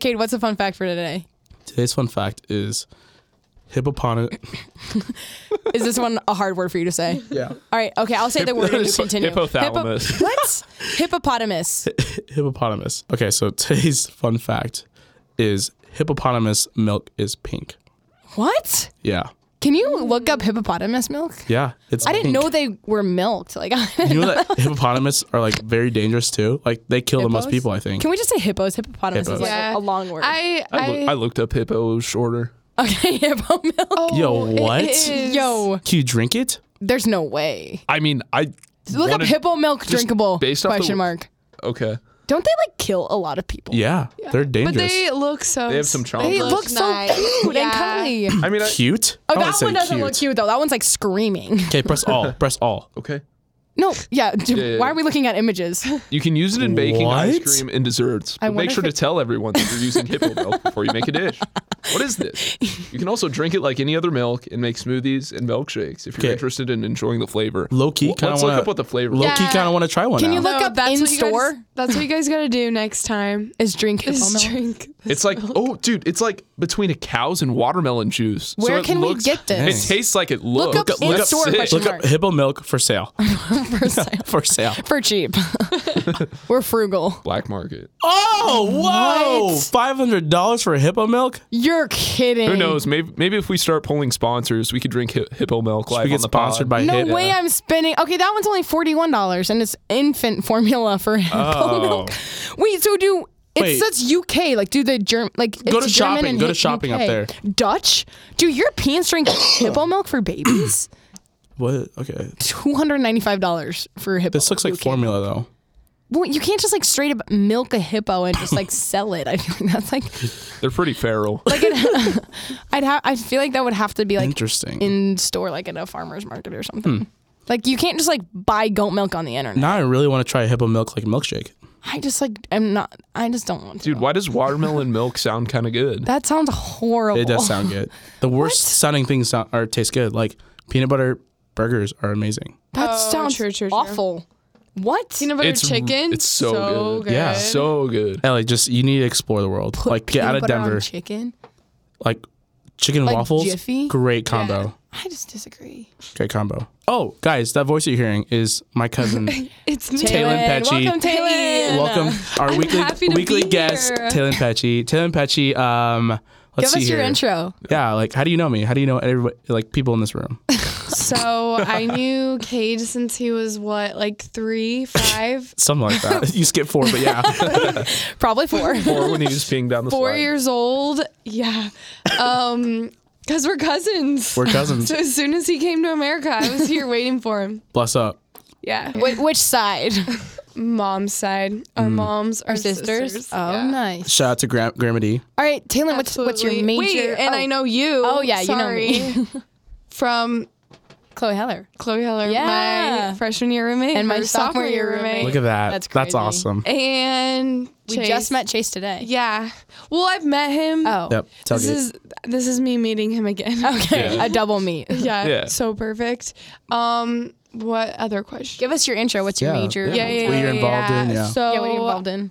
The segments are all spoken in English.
Cade, what's a fun fact for today? Today's fun fact is hippopon. Is this one a hard word for you to say? Yeah. All right. Okay, I'll say the word and you Hippo- continue. hypothalamus. Hippo- what? Hippopotamus. hippopotamus. Okay, so today's fun fact is hippopotamus milk is pink. What? Yeah. Can you look up hippopotamus milk? Yeah. It's I didn't pink. know they were milked. Like, You know that hippopotamus are like very dangerous too. Like they kill the most Hippos? people, I think. can we just say hippos? Hippopotamus Hippos. is like Yeah. a long word. I, I, I, loo- I looked up hippo shorter. okay, hippo milk. oh, Yo, it what? is. Yo, Can you drink it? there's no way. I mean, I Look up wanted- hippo milk drinkable based off the question w- mark. Okay, Don't they like kill a lot of people? Yeah. They're But dangerous. uh, they look so. They have some trauma. They It look looks so nice. cute and Yeah. cuddly. I mean, I, cute? I Oh, wouldn't that say one doesn't look cute though. That one's like screaming. Okay, press all. press all. okay. No, yeah. d- yeah, Why yeah. are we looking at images? You can use it in baking, What? ice cream, and desserts. But make wonder sure if to tell everyone that you're using hippo milk before you make a dish. What is this? You can also drink it like any other milk and make smoothies and milkshakes if you're Okay. interested in enjoying the flavor. Low key, W- kinda Let's look wanna- up what the flavor. Low is. key Yeah. kinda wanna try one Can now. you look No, up in what you guys- store? that's what you guys gotta do next time. Is drink hippo Is milk? drink. It's like oh, dude, it's like between a cow's and watermelon juice. So Where it can we looks- get this? It tastes like it Look looks. up in That's store sick. question look up hippo milk for sale. for, sale- for sale. for cheap. We're frugal. Black market. Oh, whoa! Five hundred dollars for hippo milk? You're kidding. Who knows? Maybe maybe if we start pulling sponsors, we could drink hi- hippo milk live we get on the sponsored pod. by No Hippo. way I'm spending. Okay, that one's only $41 and it's infant formula for hippo milk. Wait, so do. Oh. Wait. It's that's UK. Like, do the Germ like Go it's German to shopping. and Go to hit shopping up UK. there. Dutch, do Europeans drink hippo milk for babies? What? Okay. Two hundred ninety-five dollars for hippo. This looks like UK. formula though. Well, you can't just like straight up milk a hippo and just like sell it. I feel like that's like They're pretty feral. like it, I'd have. I feel like that would have to be like Interesting. in store, like at a farmer's market or something. Hmm. Like you can't just like buy goat milk on the internet. now I really want to try hippo milk like milkshake. I just like I'm not. I just don't want to. Dude, why does watermelon milk sound kind of good? that sounds horrible. It does sound good. The worst sounding things sound, are taste good. Like peanut butter burgers are amazing. That Oh, sounds true, true, true. awful. What? Peanut butter It's r- chicken. it's so good. Yeah. So good. Ellie, just you need to explore the world. Put like get peanut out of butter on Denver. Chicken. like chicken Like waffles. Jiffy? Great combo. I just disagree. Great combo. Oh, guys, that voice you're hearing is my cousin. It's me. Taylor Taylin, Petchy. Welcome, Taylor. Welcome our weekly happy to weekly be guest, here. Taylor Petchy. Taylor Petchy. Um, let's Give see us here. your intro. Yeah, like how do you know me? How do you know everybody? Like people in this room. So I knew Cade since he was what, like three, five, Something like that. you skip four, but yeah. Probably four. Or when he was peeing down the four slide. years old. Yeah. Um, because we're cousins. We're cousins. so as soon as he came to America, I was here waiting for him. Bless up. Yeah. Wait, which side? mom's side. Our Mm. moms, our sisters. Sisters. Oh, Yeah. nice. Shout out to Gram- Grandma D. All right, Taylor, what's, what's your Absolutely. major? Wait, and oh, I know you. Oh, yeah, you know sorry, me. From Chloe Heller. Chloe Heller, Yeah. my freshman year roommate And my her sophomore year roommate. Look at that. That's That's crazy. awesome. and We Chase. just met Chase today. Yeah. Well, I've met him. Oh, Yep. This Tailgate. is this is me meeting him again. okay, Yeah. a double meet. yeah, Yeah. So perfect. Um, what other question? Give us your intro. What's yeah. your major? Yeah. yeah, What yeah, you're involved in, yeah. So Yeah, what are you involved in?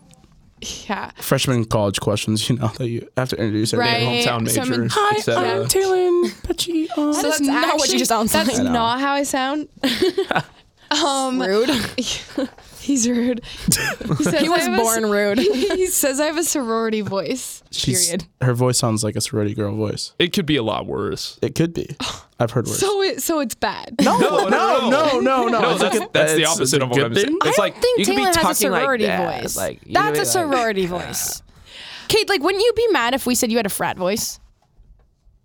yeah. Freshman college questions, you know, that you have to introduce everybody. Right. Hometown so I'm uh, major. in- et cetera. Taylor Petchy. So that's not what you just sound like. That's I know. not how I sound. um, Rude. he's rude. He, says He was I have a s- born rude. he says I have a sorority voice. She's, Period. Her voice sounds like a sorority girl voice. It could be a lot worse. It could be. I've heard worse. So it so it's bad. No, no, no, no, no. No, It's like that's, a- that's the it's- it's opposite a of what good I'm thing. saying. I It's don't like think you could be Taylor has a talking like sorority that. voice. Like, you That's know, a sorority voice. Kate, like, wouldn't you be mad if we said you had a frat voice?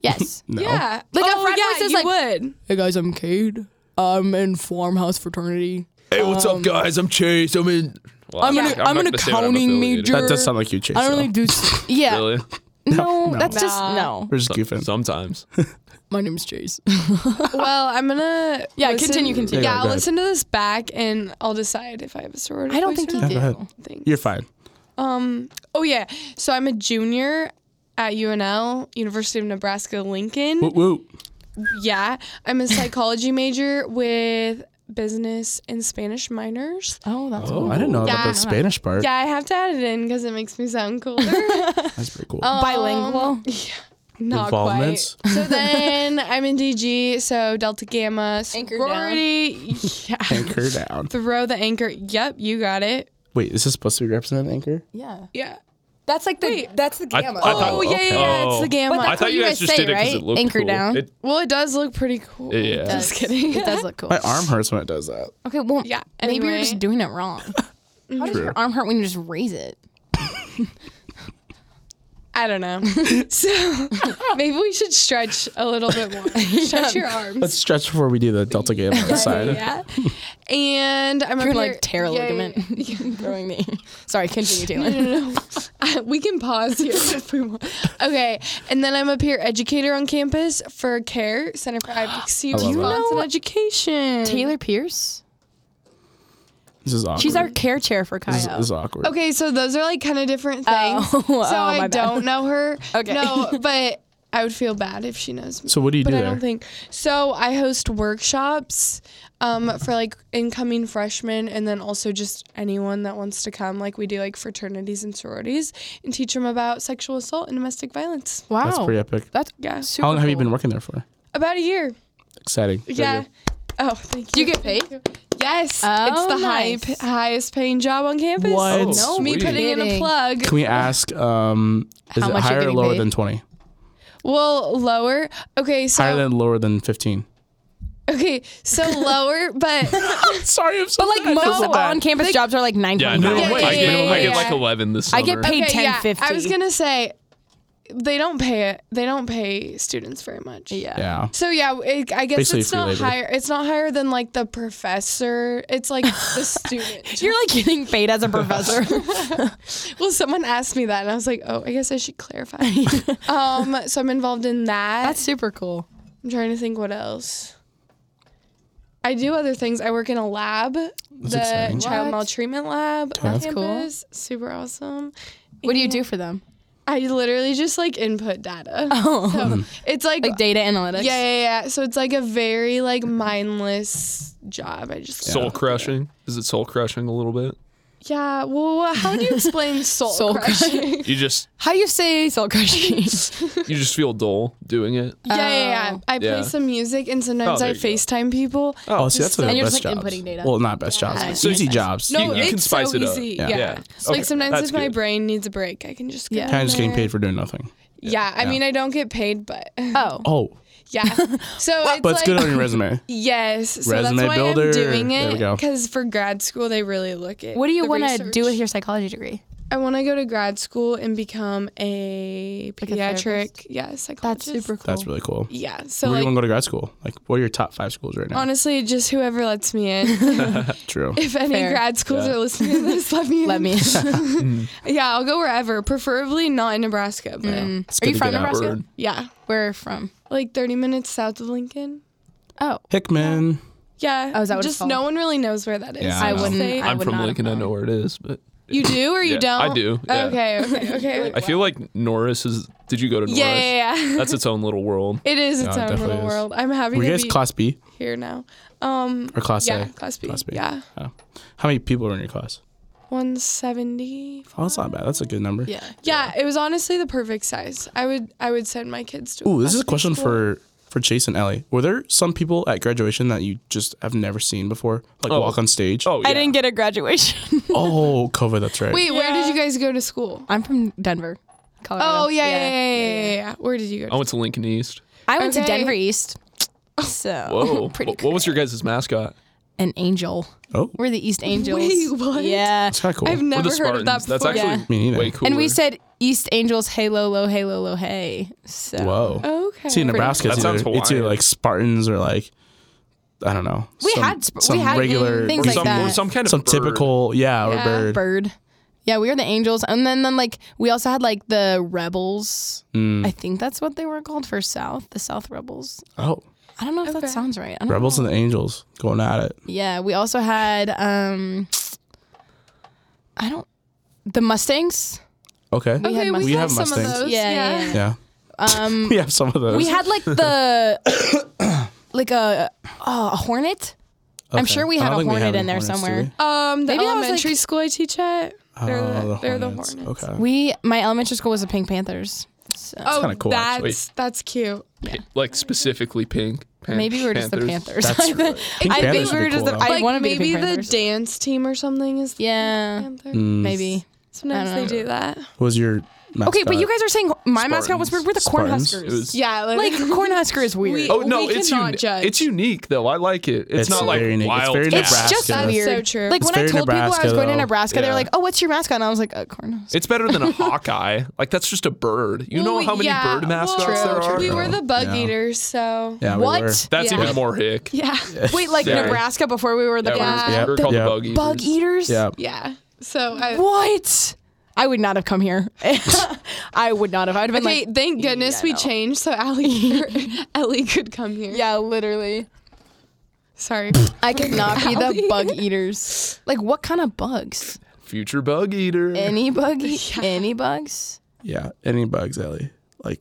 Yes. No. Yeah. Like, a oh, frat yeah, voice is you like- would. Hey guys, I'm Cade. I'm in Farmhouse Fraternity. Hey, what's up, guys? I'm Chase. I'm in. Well, I'm in a- I'm not in gonna say what accounting affiliated major. That does sound like you, Chase. though. do. yeah. with. Really? No, no. that's just Nah. no. We're just goofing. Sometimes. My name's Chase. Well, I'm gonna Yeah, listen- continue, continue. Yeah, Yeah, go I'll ahead. listen to this back and I'll decide if I have a sorority. I don't voice think or you not. do. go ahead. Thanks. You're fine. Um. Oh yeah. So I'm a junior at UNL, University of Nebraska Lincoln. Whoop, whoop. Yeah, I'm a psychology major with business and Spanish minors. Oh, that's Oh, cool. I didn't know about Yeah. the Spanish part. Yeah, I have to add it in because it makes me sound cooler. That's pretty cool. Um, Bilingual. Not Involvements? quite. So then I'm in DG, so Delta Gamma Anchor down. sorority. Yeah. anchor down. Throw the anchor. Yep, you got it. Wait, is this supposed to be represented anchor? Yeah. Yeah. That's like the Wait. that's the I- gamma. I thought- Oh, yeah, yeah, yeah, it's Oh. the gamma. But I That's what thought you you guys, guys just say, did it because right? it looked Anchor cool. down. It- well, it does look pretty cool. Yeah. It Just does. kidding. it does look cool. My arm hurts when it does that. Okay, well, Yeah, maybe you're anyway. just doing it wrong. How does your arm hurt when you just raise it? I don't know. so maybe we should stretch a little bit more. Stretch your arms. Let's stretch before we do the delta game on the side. yeah. And I'm You're up like here- tear a Yeah, yeah, ligament. Throwing me. Sorry, continue, Taylor. Uh, we can pause here if we want. Okay, and then I'm a peer educator on campus for CARE Center for Advocacy, love Response, it. and Education. Taylor Pierce. This is awkward. She's our care chair for Kyle. This is, this is awkward. Okay, so those are like kind of different things. Oh, so oh, I my bad. don't know her. Okay. no, but I would feel bad if she knows me. So what do you but do I there? don't think so. I host workshops um, for like incoming freshmen, and then also just anyone that wants to come. Like we do like fraternities and sororities, and teach them about sexual assault and domestic violence. wow. That's pretty epic. That's Yeah, super How long have Oh. you cool. been working there for? about a year. Exciting. Very Yeah. good. Oh, thank you. Do you get paid? Yes, Oh, it's the high, nice. p- highest paying job on campus. What? Oh, No, Me sweet. putting in a Kidding. plug. Can we ask? Um, is How it much you're higher or getting lower paid? than twenty? Well, lower. Okay, so Higher than lower than fifteen. okay, so lower, but Sorry, I'm so. But like most on-campus jobs are like nine Yeah, hundred no, dollars. Yeah, yeah, I, get, yeah, I get yeah. like 11 this summer. I get paid okay, ten yeah, fifty. I was gonna say they don't pay it. They don't pay students very much. Yeah. Yeah. So yeah, it, I guess Basically it's free not labor. higher. It's not higher than like the professor. It's like the student. You're like getting paid as a professor. Well, someone asked me that, and I was like, oh, I guess I should clarify. um, so I'm involved in that. That's super cool. I'm trying to think what else. I do other things. I work in a lab, the exciting. child What? maltreatment lab Oh, on That's cool. campus. Super awesome. What do you do for them? I literally just like input data. Oh. So it's like, Like data analytics. yeah, yeah, yeah. So it's like a very like mindless job. I just soul crushing. Is it soul crushing a little bit? yeah. Well, how do you explain soul, Soul crushing? You just How you say soul crushing? you just feel dull doing it. yeah, yeah, Oh. yeah. I Yeah. play some music and sometimes Oh, I there you go. FaceTime people. Oh, see, that's one of And the you're best just, like, jobs. inputting data. Well, not best jobs. Yeah, It's yeah. easy Yeah. jobs. No, you it's it's can spice so so it up. easy. Yeah. Yeah. Yeah. Okay, Like sometimes that's if my good. brain needs a break, I can just get Yeah. kind of just getting paid for doing nothing. Yeah, I mean, I don't get paid, but oh. Oh, yeah. So it's but it's like, good on your resume. yes. So Resume that's why builder. I'm doing There we it go. because for grad school they really look at. What do you the want to do with research. your psychology degree? I want to go to grad school and become a pediatric. therapist? yeah, psychologist. That's super cool. That's really cool. Yeah. So Where do you want to like, go to grad school? Like, what are your top five schools right now? honestly, just whoever lets me in. True. if any Fair. grad schools are listening to this, let me. In. Let me. Yeah, I'll go wherever. Preferably not in Nebraska, but It's Are good you to from get out. Nebraska? Word. yeah, Where from? like 30 minutes south of Lincoln. Oh. Hickman. Yeah. Oh, is that what it's just no called? one really knows where that is. Yeah, I I know. wouldn't- Say- I I'm would from not have Lincoln. I known. know where it is, but You do or you Yeah, don't? I do, yeah. Okay, okay, okay. I feel like Norris is. Did you go to Norris? yeah, yeah, yeah. That's its own little world. it is No, its it own definitely little is. world. I'm happy Were you to guys be class B here now. Um, or class yeah, A? class B. Class B. Yeah, Oh. How many people were in your class? 170. Oh, that's not bad. That's a good number. Yeah. Yeah, it was honestly the perfect size. I would, I would send my kids to. Ooh, this is a class B question school. for for Chase and Ellie. Were there some people at graduation that you just have never seen before, like Oh. walk on stage? Oh, yeah. I didn't get a graduation. oh, COVID. That's right. Wait, where did Yeah. you guys go to school? I'm from Denver, Colorado. Oh yeah, yeah, yeah, yeah, yeah. yeah. Where did you go? I To? went to Lincoln East. I went to Okay. Denver East. So Whoa. Oh, pretty What- what was your guys' mascot? an angel. Oh, We're the East Angels. Wait, what? Yeah. that's kind of cool. I've We're never the heard Spartans. of that before. That's actually Yeah. Me neither. way cooler. And we said East Angels, hey lo lo, hey lo lo, hey. So Whoa. Oh, Oh. Okay. See, Nebraska, That it's sounds either, it's either Hawaiian. like Spartans or like I don't know. We some, had sp- we some had regular things or like some, that. or some kind of some bird. typical yeah, Yeah. or bird. bird. Yeah, we were the Angels, and then then like we also had like the Rebels. Mm. I think that's what they were called for South, the South Rebels. Oh, I don't know if that Okay. sounds right. I don't rebels know. and the angels going at it. Yeah, we also had um I don't the Mustangs. Okay. We had okay, Mustangs. we We got have some of Mustangs. those. Yeah, yeah, yeah. yeah. Um, we have some of those. We had like the like a oh, a hornet. I'm Okay. sure we I had don't a think we had hornet any in there hornets, did somewhere. we? Um, the Maybe I was, like- elementary school I teach at. They're Oh, the- they're the Hornets. Okay. We my elementary school was the Pink Panthers. uh, So Oh, kinda cool, that's actually. that's cute. Pi- like specifically pink. Pan- maybe we were just the Panthers. That's I think- Pink I think Panthers we would were be just. cool, the, though. I like want to be the maybe Pink the Panthers. dance team or something is the yeah, Panther. Hmm. Mm. maybe. Sometimes Uh, I they don't do that. What was your mascot? Okay, but you guys are saying my mascot was Spartans. we're the Spartans. Cornhuskers. It was- Yeah, like Cornhusker is weird. We- Oh no, We it's cannot uni- judge. it's unique though. I like it. It's, It's not like very unique. It's wild. very cat. it's just Nebraska. weird. That's so true. Like It's when I very told people I was Nebraska, going to though. Nebraska, they were Yeah. like, "Oh, what's your mascot?" And I was like, "A cornhusker." It's better than a Hawkeye. Like that's just a bird. You know Well, how many yeah, bird mascots well, there are. We were the bug Yeah. eaters, so Yeah, we What? were. That's Yeah. even more hick. yeah, Wait, like Yeah. Nebraska before we were the Yeah, Yeah. E- We were The called Yeah. the bug eaters. bug eaters. Yeah. yeah. So I, What? I would not have come here. I would not have. I'd have been okay, like, thank goodness we no. changed so Allie, Ellie could come here. yeah, literally. Sorry. I could not be the bug eaters. Like, what kind of bugs? Future bug eater. Any bug? Any bugs? Yeah. Any bugs, Ellie? Like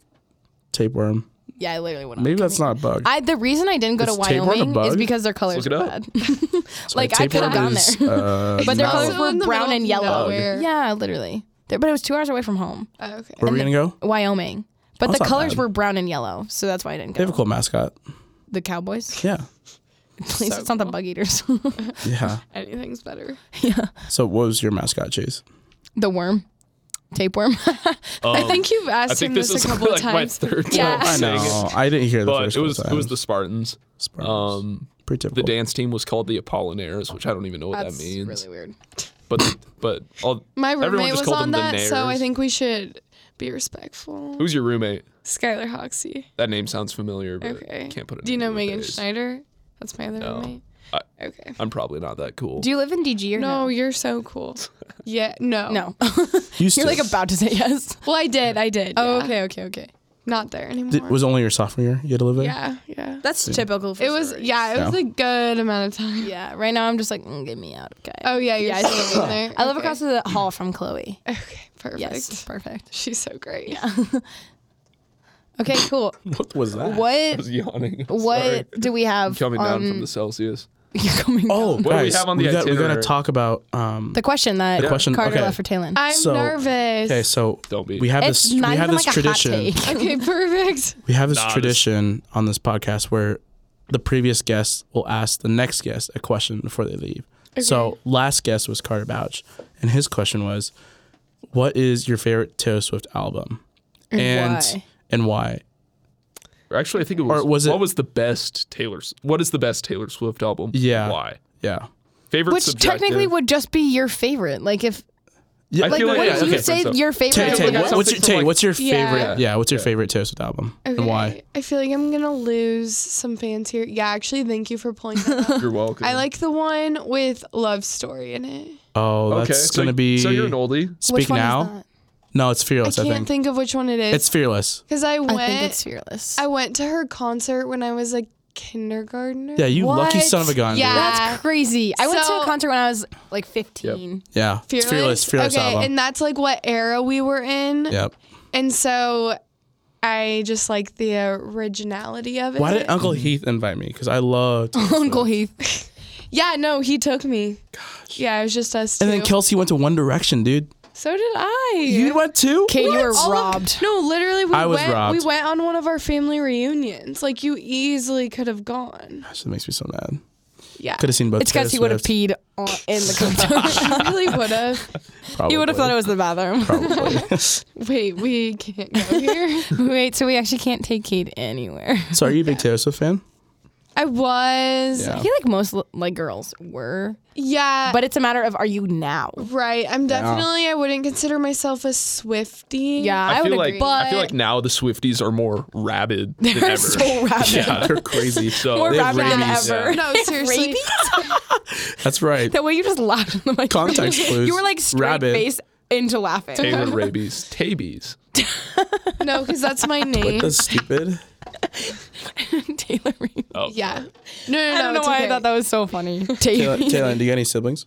tapeworm. Yeah, I literally would not. Maybe come that's here. not a bug. I the reason I didn't go Is to tapeworm a Wyoming is bug? because their colors Look it were up. bad. Sorry, like I could have tapeworm gone is, there, uh, but their no. colors Also were in the brown middle and of yellow. nowhere. Yeah, literally. There- But it was two hours away from home, Oh, okay. Where are we gonna go? Wyoming. But That's the Oh, not colors bad. were brown and yellow, so that's why I didn't They go. have a cool mascot. The Cowboys. Yeah. Please, So it's not the bug eaters. Yeah. Anything's better. yeah, So what was your mascot, Chase? the worm, tapeworm. I think you've asked Um, I think him this this, is a couple like my times. third Yeah. time I saying it. No, Oh, I didn't hear the But first it was couple it was the times. Spartans. Spartans. Um, pretty the typical. dance team was called the Apollinaires, which I don't even know what that's that means. really weird. But but all, My everyone roommate just was called on them that, the so I Nairs. think we should be respectful. Who's your roommate? Skylar Hoxie. That name sounds familiar, but Okay. can't put it. Do you know into a Megan face. Schneider? That's my other No. roommate. I- okay. I'm probably not that cool. Do you live in DG or No, no? you're so cool. Yeah. No. No, Used you're to. like about to say yes. Well, I did. I did. Oh, yeah. okay, okay, okay. Not there anymore. Did- was it only your sophomore year you had to live there? yeah. Yeah. That's typical. For It was. Yeah. It was Yeah. a good amount of time. yeah. Right now, I'm just like, mm, get me out, okay. Oh yeah. You're Yeah, I still still living there. I live Okay. across the hall from Chloe. Okay. Perfect. Yes, perfect. She's so great. Okay, cool. What was that? I What was yawning. I'm what sorry. do we have? coming down on- from the Celsius? You're coming. Oh, down. What do we guys, have on the got, We're gonna itinerary? talk about um, the question that The question- Carter okay. left for Taylor. I'm So- nervous. Okay, so Don't be. we have it's this not we have even this like a tradition. hot take. Okay. Perfect. We have this Nah, this- tradition on this podcast where the previous guest will ask the next guest a question before they leave. So last guest was Carter Bouch, and his question was, "What is your favorite Taylor Swift album?" And why? and why? Actually, I think it was. Or was it- what was the best Taylor? S- What is the best Taylor Swift album? Yeah. Why? Yeah, Favorite. Which subjective. technically would just be your favorite. Like if yeah. I like feel like what yeah, do you okay. say your favorite? Tay, Yeah, is? Tay, like what- something what's your from, Tay, like- what's your Yeah. favorite? Yeah, what's your Yeah. favorite Taylor Swift album and why? I feel like I'm gonna lose some fans here. Yeah. Actually, thank you for pulling that up. You're welcome. I like the one with love story in it. Oh, Okay, that's so- gonna be. So you're an oldie. Which Speak one is now. that? No, it's I fearless. I, can't think. think. of which one it it's is fearless. because I I think went. it's fearless. I went to her concert when I was a kindergartner. Yeah, you lucky What? son of a gun. dude. Yeah. That's crazy. I went to a So- concert when I was like 15. yeah. It's fearless, fearless okay, album. and that's like what era we were in. yep. And so I just like the originality of it. Why did uh, Uncle Heath invite me? Because I loved. Uncle Heath. yeah, no, he took me. Gosh. Yeah, it was just us two. And then Kelsey went to One Direction, dude. so did I. You went too? Kate, you were All of- robbed. no, literally, we I was went. robbed. We went on one of our family reunions. Like you easily could have gone. Gosh, that makes me so mad. Yeah, Could have seen both. It's because he would Taylor have Swift, peed on, in the concert. I really would have. he would have thought it probably. was the bathroom. Probably. Wait, we can't go here. Wait, so we actually can't take Kate anywhere. so are you a big Taylor Swift fan? I was. I Yeah. feel like most like girls were, Yeah, but it's a matter of are you now? right. I'm definitely. I wouldn't consider myself a Swifty. Yeah, I, I, would feel like agree. I feel like now the Swifties are more rabid than They're ever. so rabid. Yeah, They're crazy. So More they have rabid than rabies. ever. Yeah. No, seriously. Rabies? That's right. The way you just laughed in the mic. Context clues. You were like straight Rabbit. face into laughing. Taylor rabies, Tabies. No, because that's my name. What the stupid? Taylor Reed. Oh, yeah. No, no, no. I don't know it's why I okay. thought that was so funny. Taylor. Taylor, Taylor, do you got any siblings?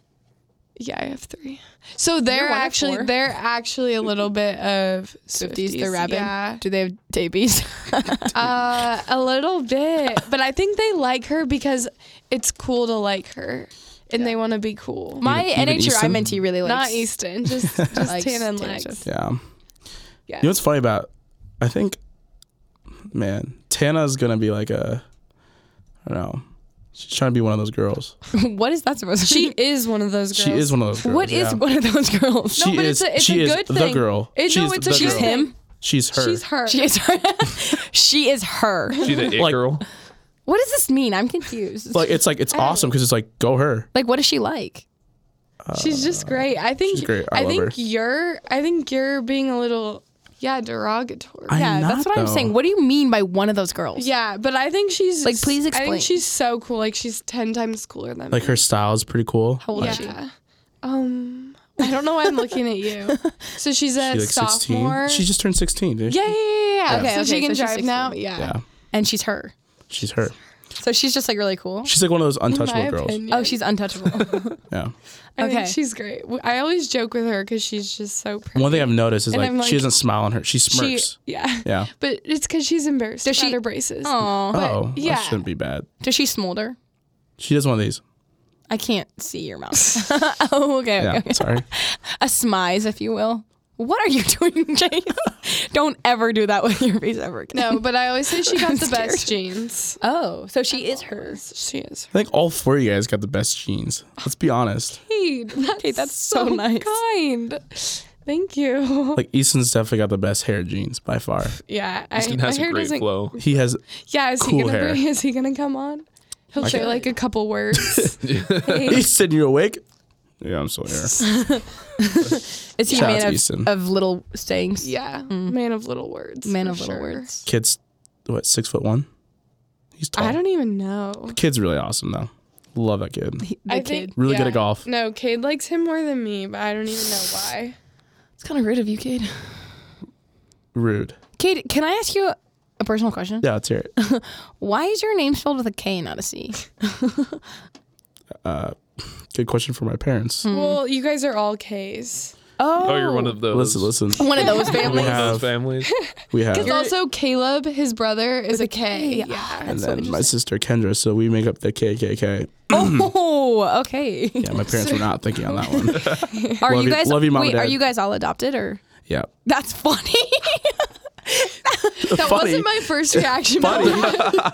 Yeah, I have three. So they're one of actually four. they're actually a little bit of Swifties. Swifties, they're rabid. Yeah, Do they have tabies? uh, a little bit, but I think they like her because it's cool to like her, and they want to be cool. My even NHGRI Easton? mentee really likes Not Easton, just just Likes Tana and Taylor Lex. Swift. Yeah. Yeah. You know what's funny about? I think, man, Tana's gonna be like a, I don't know. She's trying to be one of those girls. what is that supposed to She be? is one of those girls. She is one of those girls. What is yeah. one of those girls? She but is. it's a- it's she a is good the thing. girl. It- she's no, it's the a good She's girl. thing. him. She's her. She's her. She is her. she is her. She the it Like- girl. What does this mean? I'm confused. Like it's like it's awesome because it's like go her. Like, what is she like? She's just great. I think. Uh, she's great. I love think her. you're. I think you're being a little, yeah, derogatory. I'm Yeah, that's not, what I'm though. saying. What do you mean by one of those girls? yeah, but I think she's Like, please I explain. think she's so cool. Like she's ten times cooler than Like me. her style is pretty cool. How old yeah. is she? Um, I don't know why I'm looking at you. So she's a She's like 16. sophomore. She just turned 16, dude. yeah, yeah, yeah, yeah. Okay, so okay, she can so she's drive now. 16. Yeah. Yeah. And she's her. She's her. So she's just like really cool. She's like one of those In my untouchable girls. opinion, Oh, she's untouchable. Yeah. I think okay. she's great. W- I always joke with her because she's just so pretty. One thing I've noticed is And like, I'm like- she doesn't smile on her. She she, smirks. yeah. yeah. But it's because she's embarrassed Does about she- her braces. Aw. Oh, yeah. that shouldn't be bad. Does she smolder? She does one of these. I can't see your mouth. oh, okay, okay, Yeah. okay. Sorry. A smize, if you will. What are you doing, James? Don't ever do that with your face ever again. No, but I always say she got the scared. best jeans. Oh, so she is hers. She is. I think all four of you guys got the best genes. Let's be honest. Hey, that's, Hey, that's so nice. kind. Thank you. Like Easton's definitely got the best hair genes by far. Yeah, I, Easton my has a hair great doesn't. flow. He has Yeah, is Cool he gonna hair. bring, is he gonna come on? He'll say can't- like a couple words. Hey, Easton, you awake? Yeah, I'm still here. Is he Shout out a to man of, Easton. of little sayings? yeah, Mm. man of little words. Man for of little sure. words. Kid's what, six foot one? He's tall. I don't even know. Kid's really awesome though. Love that kid. He- The I kid. think Really good yeah. at golf. No, Cade likes him more than me, but I don't even know why. it's kind of rude of you, Kate. Rude. Kate, can I ask you a personal question? Yeah, let's hear it. Why is your name spelled with a K and not a C? Good question for my parents. Well, you guys are all K's. Oh, Oh, you're one of those. Listen, listen. one of those One families. Yeah. of those have- families. We have Because also Caleb, his brother, is a K. Yeah. and then my sister Kendra, so we make up the KKK. Oh, okay. Yeah, my parents were not thinking on that one. Are Love you you- guys? love you, Mom wait, and are Dad. you guys all adopted or? Yeah. That's funny. That wasn't my first reaction. but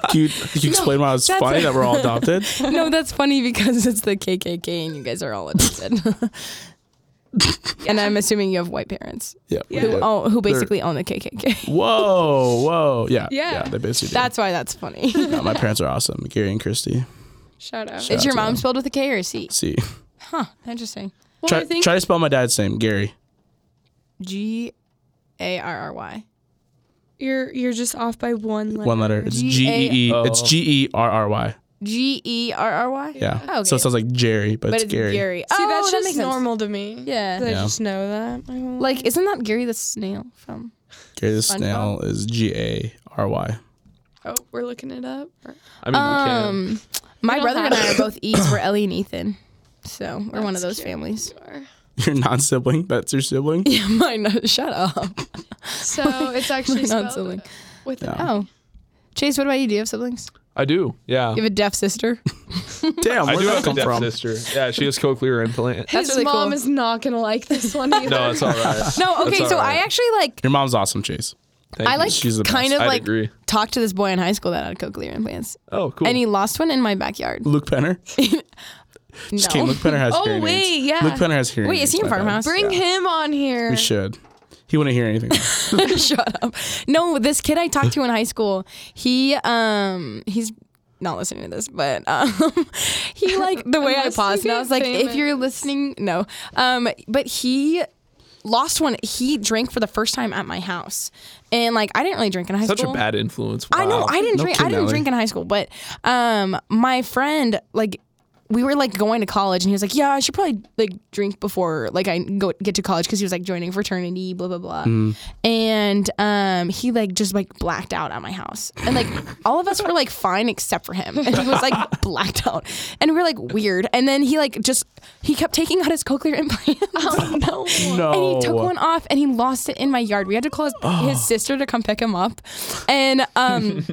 Can you, can you explain why it's that's funny a- that we're all adopted? no, that's funny because it's the KKK and you guys are all adopted. And I'm assuming you have white parents Yeah. we Yeah. who, did. own, who basically own the KKK. Whoa, whoa. Yeah. Yeah. they basically That's why that's funny. did. No, my parents are awesome. Gary and Christy. Shout out. Shout Is your out to mom them. spelled with a K or a C? See. Huh. Interesting. Well, Try, I think try to spell my dad's name, Gary. G A R R Y. you're you're just off by one letter. One letter. It's G G-A- E E. It's Oh. G E R R Y. G E R R Y? Yeah. Okay. So it sounds like Jerry, but, But it's, it's Gary. Gary. See, Oh, that's that just makes sense. normal to me. Yeah. Did I Yeah. just know that. I don't- Like, isn't that Gary the snail from? Gary the SpongeBob? snail is G A R Y. oh, we're looking it up. I mean, you Um, my don't brother and have- I are both E's. We're Ellie and Ethan. So we're one of That's those cute. families. Your non sibling? That's your sibling? Yeah, mine. Shut up. So it's actually Not spelled sibling. with an Oh. Chase, what about you? Do you have siblings? I do. Yeah. You have a deaf sister? Damn, I where'd do that have a come deaf from? sister. Yeah, she has cochlear implant. That's His really mom cool. is not gonna like this one either. No, it's all right. No, okay, all so I right. actually like Your mom's awesome, Chase. Thank I you. like She's the kind best. of I'd like agree. talked to this boy in high school that had cochlear implants. Oh, cool. And he lost one in my backyard. Luke Penner? Just kidding. No. Luke Penner has Oh, hearing wait, aids. yeah. Luke Penner has hearing Wait, is aids, he in my front of bad. us? Bring him on here. We should. He wouldn't hear anything. Shut up. No, this kid I talked to in high school, he um he's not listening to this, but um he like the way I Unless you paused and I get was like, if famous. you're listening, no. Um but he lost one he drank for the first time at my house. And like I didn't really drink in high Such school. a bad influence. I know Wow. I didn't No drink. I kidding, didn't Ellie. drink in high school, but um, my friend like we were like going to college, and he was like, "Yeah, I should probably like drink before like I go get to college," because he was like joining fraternity, blah blah blah. Mm. And um, he like just like blacked out at my house, and like all of us were like fine except for him, and he was like blacked out, and we were like weird. And then he like just he kept taking out his cochlear implants. no. No. And he took one off and he lost it in my yard. We had to call his, his sister to come pick him up. And um,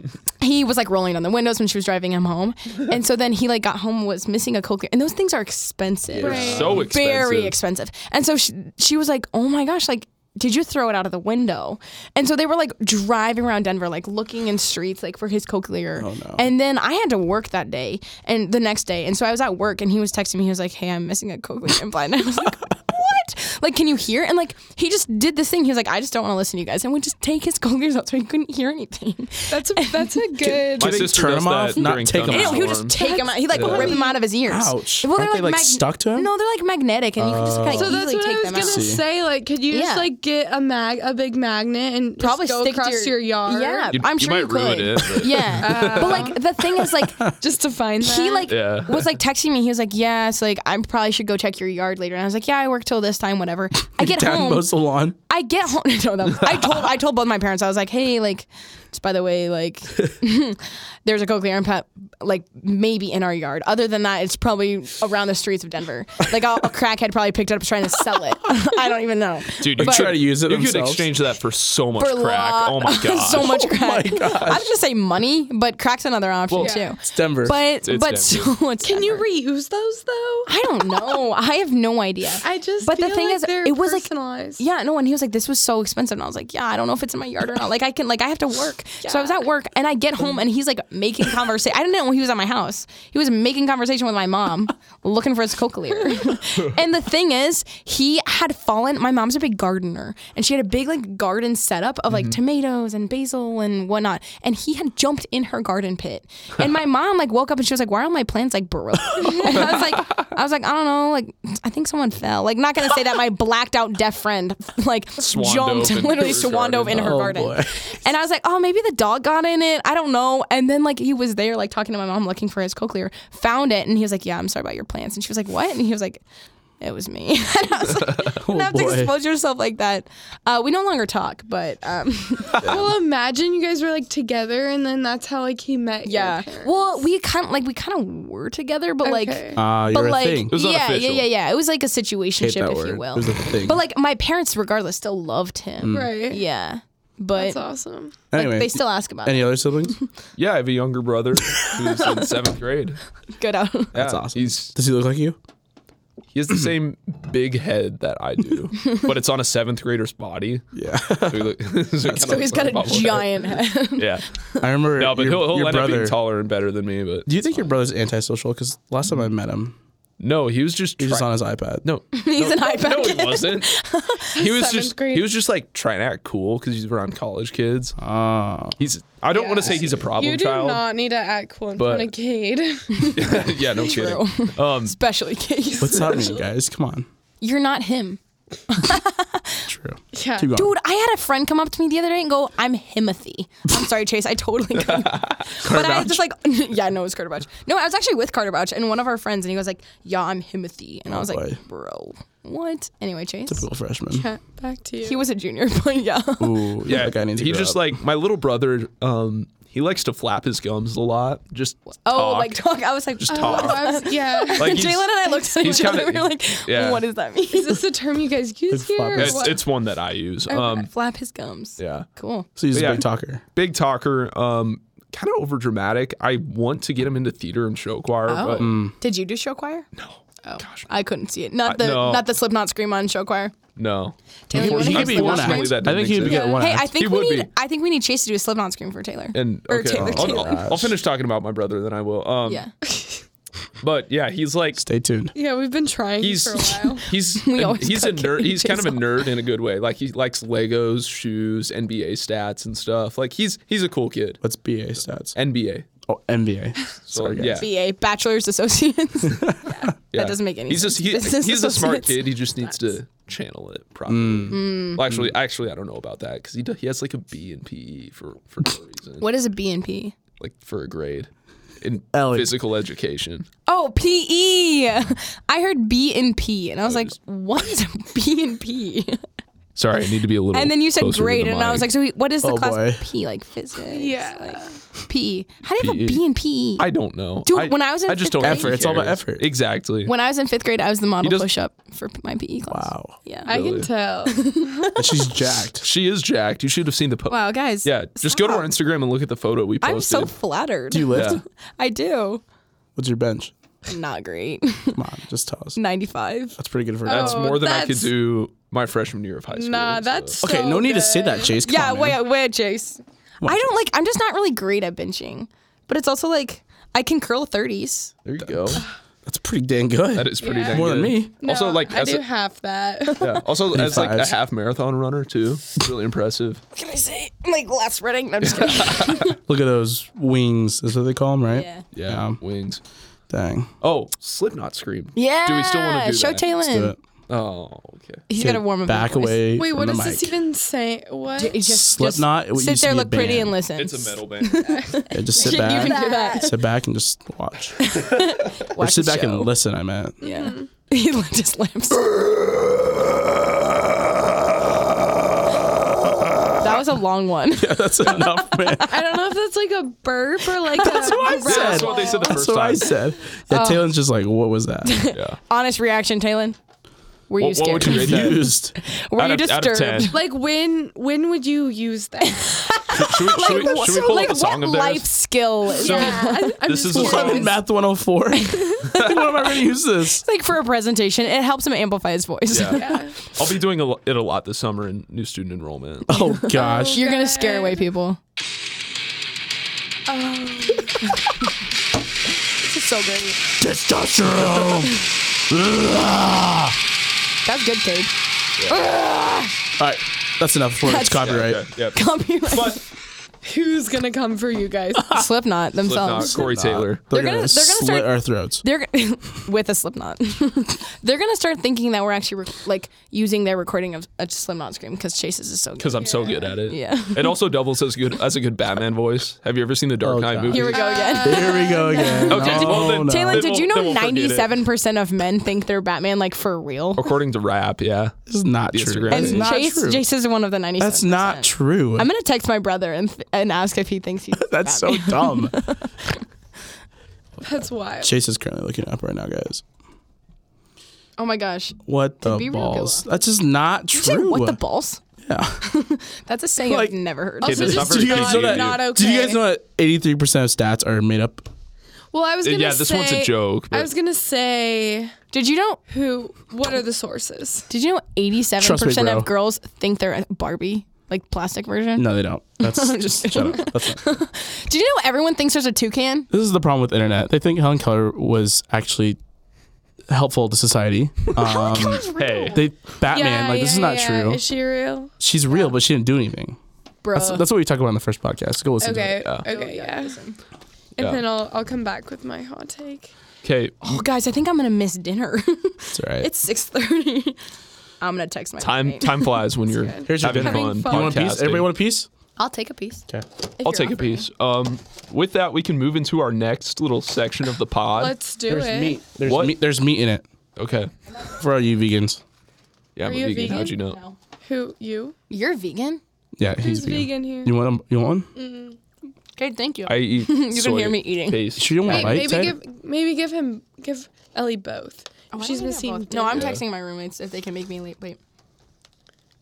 he was like rolling on the windows when she was driving him home. And so then he like got home was missing a cochlear. And those things are expensive. They're Right. so expensive. Very expensive. And so she, she was like, "Oh my gosh, like did you throw it out of the window?" And so they were like driving around Denver like looking in streets like for his cochlear. Oh, no. And then I had to work that day and the next day. And so I was at work and he was texting me. He was like, "Hey, I'm missing a cochlear implant." And I was like, "What? Like can you hear?" And like he just did this thing. He was like, "I just don't want to listen to you guys." And would just take his cochlears out so he couldn't hear anything. That's a, that's a good. My they sister turn does them off? that Not during take 'em Ew, out. he would just thunderstorm. take them out. He like rip them out of his ears. Ouch. Well, they're, Aren't they, like, mag- stuck to him? Oh. No, they're like magnetic, and you can just kind of So that's easily what I take was them gonna out. See. say. Like, could you Yeah. just like get a mag, a big magnet, and just probably go stick to across your, yard? Yeah, You- I'm you sure might you could. ruin it, but- yeah, but like the thing is, like just to find that. he like Yeah. was like texting me. He was like, "Yeah, it's like I probably should go check your yard later." And I was like, "Yeah, I work till this time, whatever." I get Down home. mows the lawn. I get home. No, that was, I told I told both my parents. I was like, "Hey, like, just by the way, like, there's a cochlear implant, like maybe in our yard. Other than that, it's probably around the streets of Denver. Like a, a crackhead probably picked it up trying to sell it. I don't even know." Dude, you But- try to use it You could themselves. exchange that for so much For crack. lot- Oh my god. so much crack. gosh. I was gonna say money, but crack's another option too. It's Denver. But it's but Denver. so it's Can you Denver. reuse those though? I don't know. I have no idea. I just. But the feel thing like is, they're it was like- personalized. yeah, no, and he was like, "This was so expensive," and I was like, "Yeah, I don't know if it's in my yard or not. Like, I can, like, I have to work." So I was at work, and I get home, and he's like making conversation. I didn't know he was at my house. He was making conversation with my mom, looking for his cochlear. and the thing is, he had fallen. My mom's a big gardener, and she had a big like garden setup of like tomatoes and basil and whatnot. And he had jumped in her garden pit, and my mom like woke up and she was like, "Why are all my plants like burrowed?" and I was like, "I was like, I don't know. Like, I think someone fell. Like, not gonna say that my blacked out deaf friend like Swanned jumped, dove in literally her swan dove in garden. her Oh, garden. boy. And I was like, oh, maybe the dog got in it. I don't know. And then like he was there, like talking to my mom, looking for his cochlear, found it, and he was like, yeah, I'm sorry about your plants. And she was like, what? And he was like. It was me. And I was like, you have to Oh, boy. expose yourself like that. Uh, we no longer talk, but um, Well, imagine you guys were like together, and then that's how like he met. your yeah. parents. Well, we kind of like we kind of were together, but like Okay. Ah, you're but a like thing. was yeah, yeah, unofficial. yeah, yeah. It was like a situationship, that if word. you It will. was a thing. But like my parents, regardless, still loved him. Right. Yeah, but That's awesome. like, anyway, they still ask about any it. other siblings? Yeah, I have a younger brother who's in seventh grade. Good out. That's Yeah, awesome. He's Does he look like you? he has the same big head that I do, but it's on a seventh grader's body. Yeah. So, he look, so, So he's got a giant head. Yeah. I remember No, but your, he'll, he'll your end up brother. being taller and better than me. But Do you think your brother's antisocial? Because last time I met him, no, he was just he was just try- on his iPad. no. He's no, an iPad No, he kid. wasn't. he was Seventh just grade. he was just like trying to act cool because he's around college kids. Ah. He's I don't want to say he's a problem You do child. not need to act cool in but- front of Cade. yeah, no kidding. Um, Especially case. What's happening, guys? Come on. You're not him. True. yeah. Keep going. Dude, I had a friend come up to me the other day and go, I'm Himothy. I'm sorry, Chase. I totally got it. But I was just like, yeah, no, it was Carter Bouch. No, I was actually with Carter Bouch and one of our friends, and he was like, yeah, I'm Himothy. Oh, And I was boy. like, bro, what? Anyway, Chase. Typical freshman. Yeah, Back to you. He was a junior, but yeah. Ooh, yeah, that guy needs to he grow just up. like my little brother. Um, he likes to flap his gums a lot. Just Oh, talk. like talk. I was like, Just what? talk. Oh, I was- yeah. Like, he's- Jalen and I looked at he's each other and kinda- we were like, yeah. what does that mean? Is this a term you guys use Like here? or flappers. It's, what? it's one that I use. Um, Um, flap his gums. yeah, Cool. so he's yeah. a big talker. big talker. Um, kind of over dramatic. I want to get him into theater and show choir, but Mm. Did you do show choir? No. Oh, Gosh. I couldn't see it. Not I- the no. not the Slipknot scream on show choir. no. Taylor, you wanna He do could be Slipknot one scream? Unfortunately, act. that I didn't think he'd be exist. one Hey, act. I think He we would need be. I think we need Chase to do a Slipknot scream for Taylor. And Or okay, Taylor I'll, Taylor. I'll- I'll finish talking about my brother, then I will. Um, yeah. But yeah, he's like Stay tuned. yeah, we've been trying he's for a while. he's We an- always he's a gotta nerd. get He's kind of a Jason. nerd in a good way. Like he likes Legos, shoes, NBA stats, and stuff. Like he's he's a cool kid. What's BA stats? NBA. Oh, MBA. So, Sorry, guys. yeah. BA Bachelor's Associates. Yeah. That doesn't make any he's sense. Just, he- Business he's a smart associates. kid. He just needs to channel it properly. Well, actually, actually, I don't know about that because he do, he has like a B in PE for for no reason, what is a B and P? like for a grade. in Ellie. physical education. Oh, PE. I heard B and P, and I was like, just- what is B and P? Sorry, I need to be a little. And then you said closer to grade, the and I mic. was like, so he- what is the Oh, class boy. P like physics? Yeah. like, PE. How do you have PE. a B and PE? E. I don't know. Dude, I, when I was in I just fifth don't grade- Effort, it's all about effort. Exactly. when I was in fifth grade, I was the model doesn't- push up for p- my PE class. Wow. Yeah. I Really? can tell. And she's jacked. she is jacked. You should have seen the post. wow, guys. Yeah, just go to our Instagram and look at the photo we posted. I'm so flattered. Do you lift? Yeah. I do. What's your bench? Not great. Come on, just tell us. 95. That's pretty good for That's Oh, more than I could that's- do my freshman year of high school. nah, so- that's Okay, so no need to say good. that, Chase. Come Yeah, on, wait, man. wait, Chase. I don't like. I'm just not really great at benching, but it's also like I can curl thirties. There you go. That's pretty dang good. That is pretty Yeah. dang More than good. me. Also, No, like I as do a, half that. yeah, also as like a fives. half marathon runner too. Really impressive. What can I say? I'm like last spreading. No, I'm just kidding. Look at those wings. Is what they call them, right? yeah. Yeah, Um, wings. Dang. Oh, Slipknot scream. Yeah. Do we still want to do Show that? Taylor. Oh, okay. He's got to warm up. Back his voice. away. Wait, from what the does mic. this even say? What? Just- just Slipknot, it Sit used to there, be a look pretty, band. and listen. It's a metal band. Yeah, just sit You can back. do that. Sit back and just watch. or Watch sit the back show. and listen. I meant. Yeah. He just lamps. that was a long one. Yeah, that's enough, man. I don't know if that's like a burp or like that's a what I said. That's what they said the That's first what I time. said. Oh. Yeah, Taylor's just like, what was that? Yeah. Honest reaction, Taylor. Were you What- scared? what would you rate that? Confused. Were you Out of- out of disturbed? 10. Like when when would you use that? Should we, should we, should we pull like up a song what of life theirs? skill? is that? I, I'm This just is a curious. I'm in math 104. what am I going to use this? Like for a presentation, it helps him amplify his voice. Yeah. I'll be doing a, lo- it a lot this summer in new student enrollment. Oh gosh. You're gonna scare away people. this is so great. Testosterone. That's good, Cade. All right, that's enough for it's copyright. Yeah. Copyright. But Who's gonna come for you guys? Slipknot Slipknot, themselves. Corey Taylor. They're, gonna- they're gonna, gonna slit start- our throats. They're g- with a Slipknot. They're gonna start thinking that we're actually rec- like using their recording of a Slipknot scream because Chase's is so good. Because I'm so good at it. Yeah. It also doubles as good as a good Batman voice. Have you ever seen the Dark Oh, Knight God. movie? Here we go again. Here we go again. Okay, No, well then- no. Taylor, They did you won't- they know won't forget it. 97% of men think they're Batman like for real? According to rap, yeah. this is not The true. Instagram That's page. not Chase, true. Chase is one of the 97%. That's not true. I'm gonna text my brother and th- and ask if he thinks he's. That's so dumb. That's wild. Chase is currently looking it up right now, guys. Oh my gosh! What the be real, balls? Gilla. That's just not Did you say true. what the balls? Yeah. That's a saying Like- I've never heard. Also, that's not just very not, good. Did you- not okay. Did you guys know that 83% of stats are made up? Well, I was gonna yeah, this say, one's a joke. I but- was gonna say Did you know? who? What are the sources? Did you know 87 percent bro. of girls think they're a Barbie, like plastic version? No, they don't. That's just- shut up. That's not- Did you know everyone thinks there's a toucan? this is the problem with internet. They think Helen Keller was actually helpful to society. Um, hey, they Batman, like this is not true. Is she real? She's real, but she didn't do anything. Bro, That's, that's what we talk about in the first podcast. Go listen Okay. to it. Yeah. Okay. Yeah. And Yeah. then I'll I'll come back with my hot take. okay. oh guys, I think I'm gonna miss dinner. It's all right. it's 6:30. I'm gonna text my Time roommate. time flies when you're Here's your having dinner. fun. Having fun. you want a piece? podcasting. Everybody want a piece? I'll take a piece. Okay. if I'll you're take a offering. piece. Um, with that, we can move into our next little section of the pod. Let's do There's it. meat. There's What? meat. There's meat in it okay. for all you vegans. Yeah, I'm Are you a vegan? How'd you know? Who you? You're vegan. Yeah, Who's he's vegan. vegan here? You want? 'em- You want? one? Okay, thank you. I eat. you can hear me eating. Sure, you don't want Wait, a bite, maybe Ted? give maybe give him give Ellie both. Oh, Why She's don't we have missing. both? No, I'm dinner. texting my roommates if they can make me late. Late.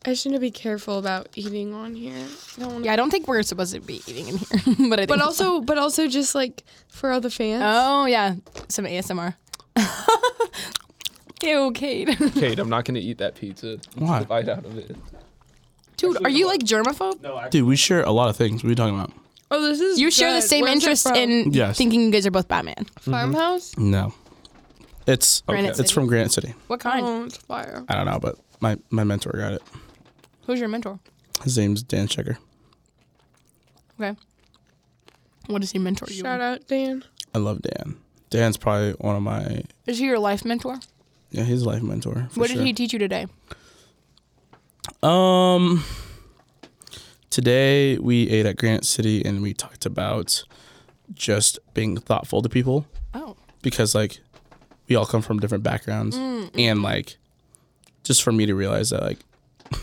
I shouldn't be careful about eating on here. I don't wanna- Yeah, I don't think we're supposed to be eating in here, but I think But also, but also, just like for all the fans. Oh yeah, some ASMR. Ew, Kate. Kate, I'm not gonna eat that pizza. Why? The bite out of it. Dude, are you like germaphobe? No, actually. Dude, we share a lot of things. What are you talking about? Oh, this is You share the good. same Where's it interest from? in Yes. thinking you guys are both Batman. Mm-hmm. farmhouse. No, it's Granite it's City. from Granite City. What kind? Oh, it's fire. I don't know, but my my mentor got it. Who's your mentor? His name's Dan Checker. Okay. What does he mentor you? Shout in? out Dan. I love Dan. Dan's probably one of my Is he your life mentor? yeah, he's a life mentor. for what sure. did he teach you today? Um, today we ate at Grant City and we talked about just being thoughtful to people Oh. because like we all come from different backgrounds and like just for me to realize that like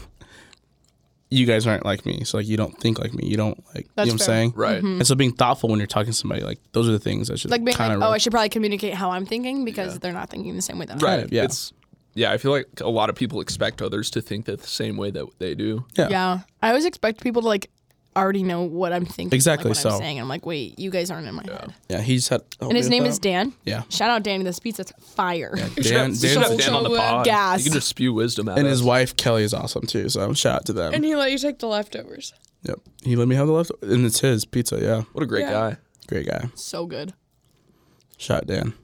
you guys aren't like me so like you don't think like me you don't like That's you know what fair. i'm saying Right. and so being thoughtful when you're talking to somebody like those are the things that should Like being kind like, of oh, I should probably communicate how I'm thinking because they're not thinking the same way that I am. Right. of, yeah. It's yeah, I feel like a lot of people expect others to think that the same way that they do. yeah. Yeah. I always expect people to like already know what I'm thinking. like, Exactly, what so- I'm saying. I'm like, wait, you guys aren't in my head. yeah he's had oh, help And me his with name that. is Dan. Yeah. Shout out Danny. This pizza's fire. Dan, we should Dan's- have Dan on the so, uh, pod. gas. You can just spew wisdom out and of his wife Kelly is awesome too so shout out to them And he let you take the leftovers. yep he let me have the left and it's his pizza yeah What a great Yeah. guy. great guy So good. shout out Dan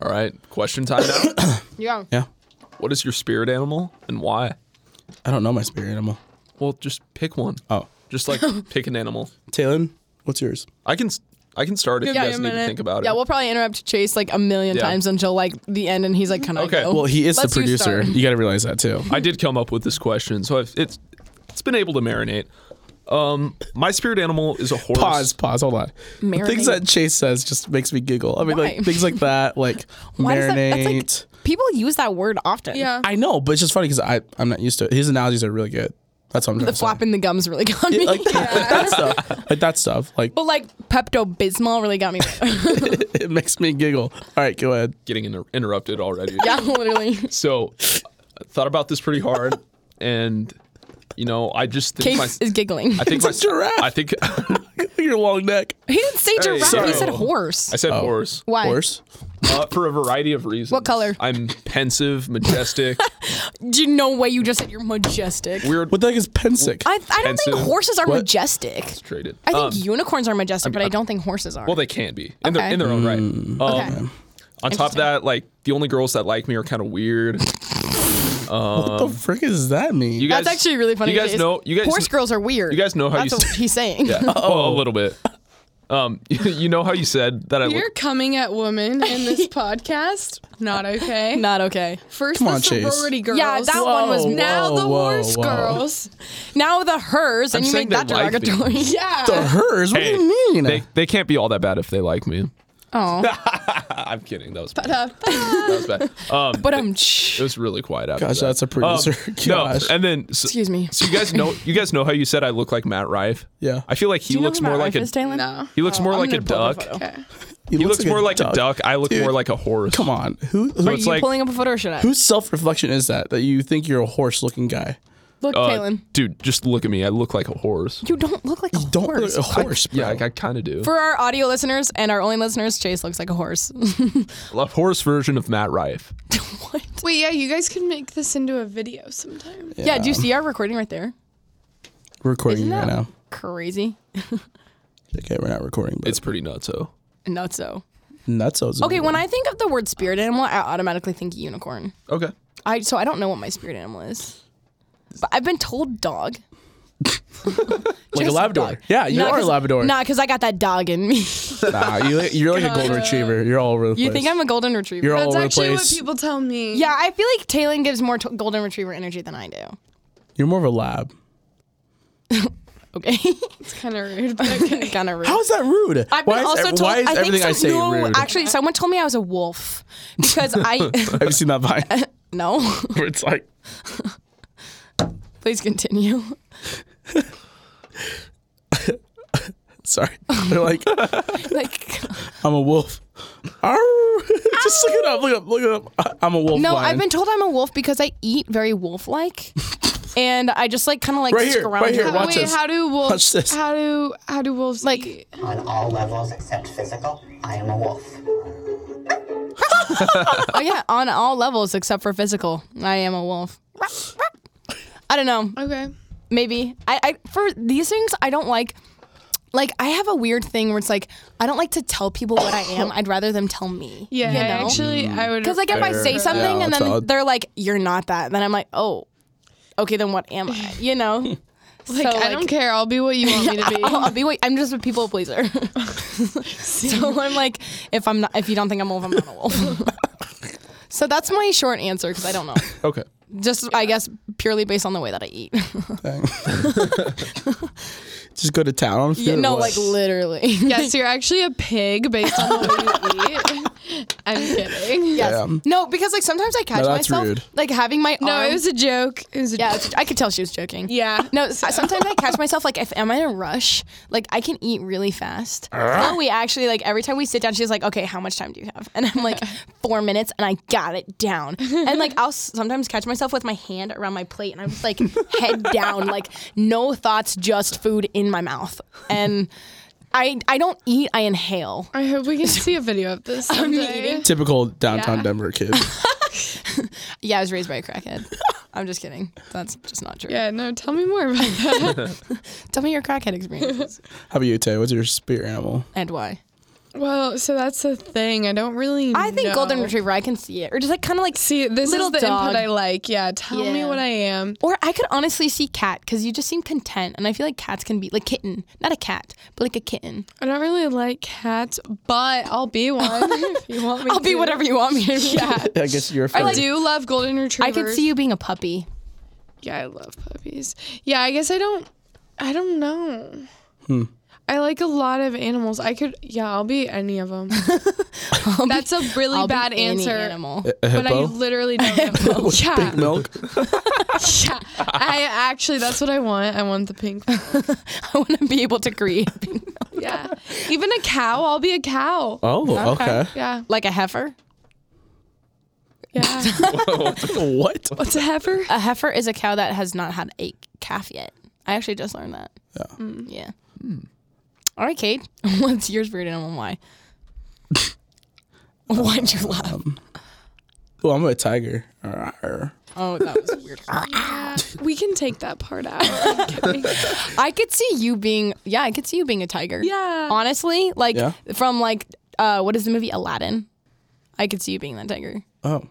All right. Question time now. Yeah. yeah what is your spirit animal and why? I don't know my spirit animal Well, just pick one. oh Just like pick an animal. Taylor what's yours I can s- I can start if Give you me guys a need to minute. think about Yeah, it. we'll probably interrupt Chase like a million Yeah. times until like the end, and he's like, "Can I Okay, go?" well he is Let's the you producer start. you got to realize that too I did come up with this question, so I've, it's it's been able to marinate. Um, my spirit animal is a horse. pause, pause, hold on. The Marinate. Things that Chase says just makes me giggle. I mean, Why? like things like that, like Why does that- that's like- marinate. People use that word often. Yeah. I know, but it's just funny because I I'm not used to it. His analogies are really good. That's what I'm the trying to flapping the gums really got say. me. Like, like that stuff, like that stuff, like But like Pepto Bismol really got me. it makes me giggle. All right, go ahead. Getting inter- interrupted already. yeah, literally. So I thought about this pretty hard, and you know, I just think Case my is giggling. I think It's a my giraffe. I think Your long neck, he didn't say Hey, giraffe. sorry. He said horse. I said horse Why? horse. uh, for a variety of reasons. What color? I'm pensive, majestic, Do you know way you just said you're majestic? weird. What the heck is pensick? I, I don't think Pensive. horses are What? majestic. Traded. I think Um, unicorns are majestic, but I don't think horses are. well, they can be in their Okay. in their own right. Um, okay. On top of that, like the only girls that like me are kind of weird. what the frick does that mean? You guys, That's actually really funny. You guys Chase. know. You guys. horse girls are weird. you guys know how That's you what s- he's saying. Yeah. Well, a little bit. Um, you know how you said that I look. You're coming at women in this podcast. Not okay. Not okay. First Come the on, Chase. sorority girls. Yeah, that one was Whoa, now whoa, the whoa, horse whoa. girls. Now the hers, and I'm you saying make that they like me. derogatory. Yeah. The hers? What Hey, do you mean? They, they can't be all that bad if they like me. Oh, I'm kidding. That was bad. Uh, That was bad. Um, but um, it was really quiet after Gosh, that. Um, that's a producer. Gosh. No, and then so, excuse me. so you guys know you guys know how you said I look like Matt Rife. Yeah. I feel like Do he you know looks who Matt more like Rife a is, Taylor? Oh, no. he looks more I'm like a gonna pull up a duck. photo. Okay. he, He looks, more like a duck. I look Dude, more like a horse. Come on, who? who Are it's you like- pulling up a photo or should I? Whose self reflection is that? That you think you're a horse looking guy? Look, Uh, Kaylin. dude, just look at me. I look like a horse. You don't look like a Don't horse. a horse, bro. Yeah, like I kind of do. For our audio listeners and our only listeners, Chase looks like a horse. a horse version of Matt Rife. what? Wait, yeah, you guys can make this into a video sometime. Yeah. do you see our recording right there? We're recording Isn't right that now. crazy? Okay, we're not recording. But It's pretty nuts, though. Not so. nuts. Okay, when I think of the word spirit animal, I automatically think unicorn. Okay. I so I don't know what my spirit animal is. But I've been told dog. like a Just Labrador. dog. Yeah, you Not are a 'cause- Labrador. Nah, because I got that dog in me. Nah, you, you're like a golden retriever. You're all over the place. You think I'm a golden retriever? You're all That's over the actually place. what people tell me. yeah, I feel like Taylin gives more t- golden retriever energy than I do. you're more of a lab. Okay, It's kind of rude, but okay. kind of rude. How is that rude? I've been why is, also ev- told. why is I think everything I some- say no, rude? Actually, someone told me I was a wolf because I Have you seen that vine no. where it's like Please continue. sorry, they're like Like I'm a wolf. Arr! Just look it up. Look it up. Look it up. I- I'm a wolf. no, I've vine. been told I'm a wolf because I eat very wolf-like, and I just like kind of like Right here, stick around right here, for a watch while. Wait, this. how do wolves? Watch this. How do how do wolves Like- eat? On all levels except physical, I am a wolf. Oh yeah, on all levels except for physical. I am a wolf. I don't know. Okay. Maybe I, I for these things I don't like. Like I have a weird thing where it's like I don't like to tell people what I am. I'd rather them tell me. Yeah, you know? actually, Mm. I would. Because like if I say something Yeah, and that's then odd. they're like, "You're not that," then I'm like, "Oh, okay, then what am I?" You know. like, I don't care. I'll be what you want me to be. I'll, I'll be. Wait, I'm just a people pleaser. so I'm like, if I'm not, if you don't think I'm a wolf, I'm not a wolf. so that's my short answer because I don't know. Okay. Just I guess purely based on the way that I eat. Dang. Just go to town on food. Yeah, or no, what? like literally. Yes, you're actually a pig based on what you eat. I'm kidding. Yes. Damn. No, because like sometimes I catch No, that's myself rude. like having my No, arm- it was a joke. It was a yeah, joke. it's- I could tell she was joking. Yeah. No, s- sometimes I catch myself like if am I in a rush, like I can eat really fast. Now we actually like every time we sit down, she's like, "Okay, how much time do you have?" And I'm like, four minutes," and I got it down. And like I'll s- sometimes catch myself with my hand around my plate, and I'm just like head down, like no thoughts, just food in my mouth. And I I don't eat, I inhale. I hope we can see a video of this. someday. Typical downtown Yeah. Denver kid. Yeah, I was raised by a crackhead. I'm just kidding. That's just not true. Yeah, no, tell me more about that. Tell me your crackhead experiences How about you, Tay? What's your spirit animal? and why. well, so that's the thing. I don't really I think know. golden retriever. I can see it, or just like kind of like See, this Little is the dog. input I like. Yeah, tell me Yeah. what I am. Or I could honestly see cat because you just seem content, and I feel like cats can be like kitten, not a cat, but like a kitten. I don't really like cats, but I'll be one if you want me I'll be to. whatever you want me to be. Yeah. I guess you're a I furry. do love golden I retrievers. could see you being a puppy. Yeah, I love puppies. Yeah, I guess I don't. I don't know. I like a lot of animals. I could. Yeah, I'll be any of them. That's a really I'll be bad any answer. animal. A But I hippo? literally don't know. yeah, Big milk? yeah. I actually, that's what I want. I want the pink. I want to be able to create Yeah. Even a cow. I'll be a cow. Oh, okay. Yeah. like a heifer. Yeah. What? What's a heifer? A heifer is a cow that has not had a calf yet. I actually just learned that. Yeah. Yeah. All right, Kate. What's your spirit animal? and Why? Why'd you laugh? Oh, I'm a tiger. Arr. Oh, that was weird. We can take that part out. I'm kidding. I could see you being yeah, I could see you being a tiger. Yeah. Honestly, like Yeah. from like uh what is the movie Aladdin? I could see you being that tiger. Oh.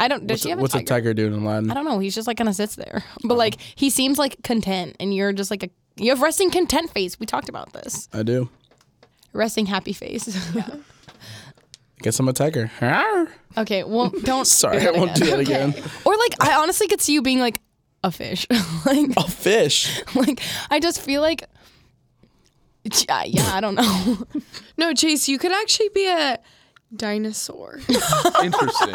I don't does What's, she a, have a what's a Uh-huh. tiger? tiger doing in Latin? I don't know. He's just like kind of sits there. But like he seems like content and you're just like a you have resting content face. We talked about this. I do. Resting happy face. I guess I'm a tiger. Arr. okay, well don't Sorry, I won't do that again. Or like I honestly could see you being like a fish. like A fish. like I just feel like yeah, yeah, I don't know. No, Chase, you could actually be a dinosaur. Interesting.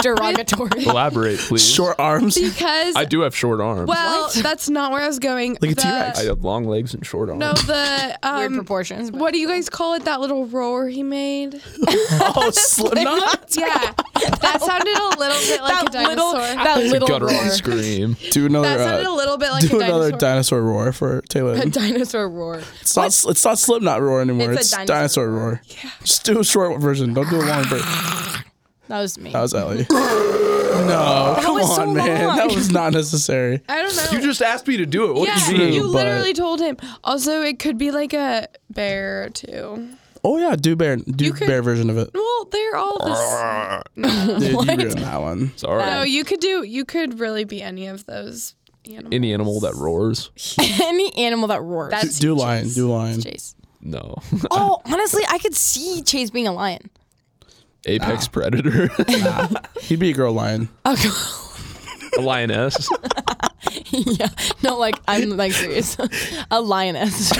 Derogatory. Elaborate, please. Short arms. Because I do have short arms. Well, that's not where I was going. Like a The- T-Rex. I have long legs and short arms. No, the Weird um, proportions. but- what do you guys call it? That little roar he made. Oh, Slipknot. Yeah, that sounded a little bit like a that dinosaur. little that little Guttural roar. scream. Do another. that sounded uh, a little bit like do a another dinosaur. dinosaur roar for Taylor. dinosaur roar. It's not, it's not Slipknot roar anymore. It's a It's, dinosaur dinosaur, roar. Just do a short version. Don't do a long version. That was me. That was Ellie. no, come was on, so man. long. That was not necessary. I don't know. You just asked me to do it. What yeah, do you mean? you but- literally told him. Also, it could be like a bear too. Oh yeah, do bear, do could- bear version of it. Well, they're all the. s- Dude, you ruined that one. Sorry. No, you could do. You could really be any of those animals. Any animal that roars? Any animal that roars. Do, That's do lion, do lion. Chase. No. Oh, honestly, I could see Chase being a lion. Apex predator. He'd be a girl lion. Okay. a lioness. yeah. No, like I'm like serious. a lioness.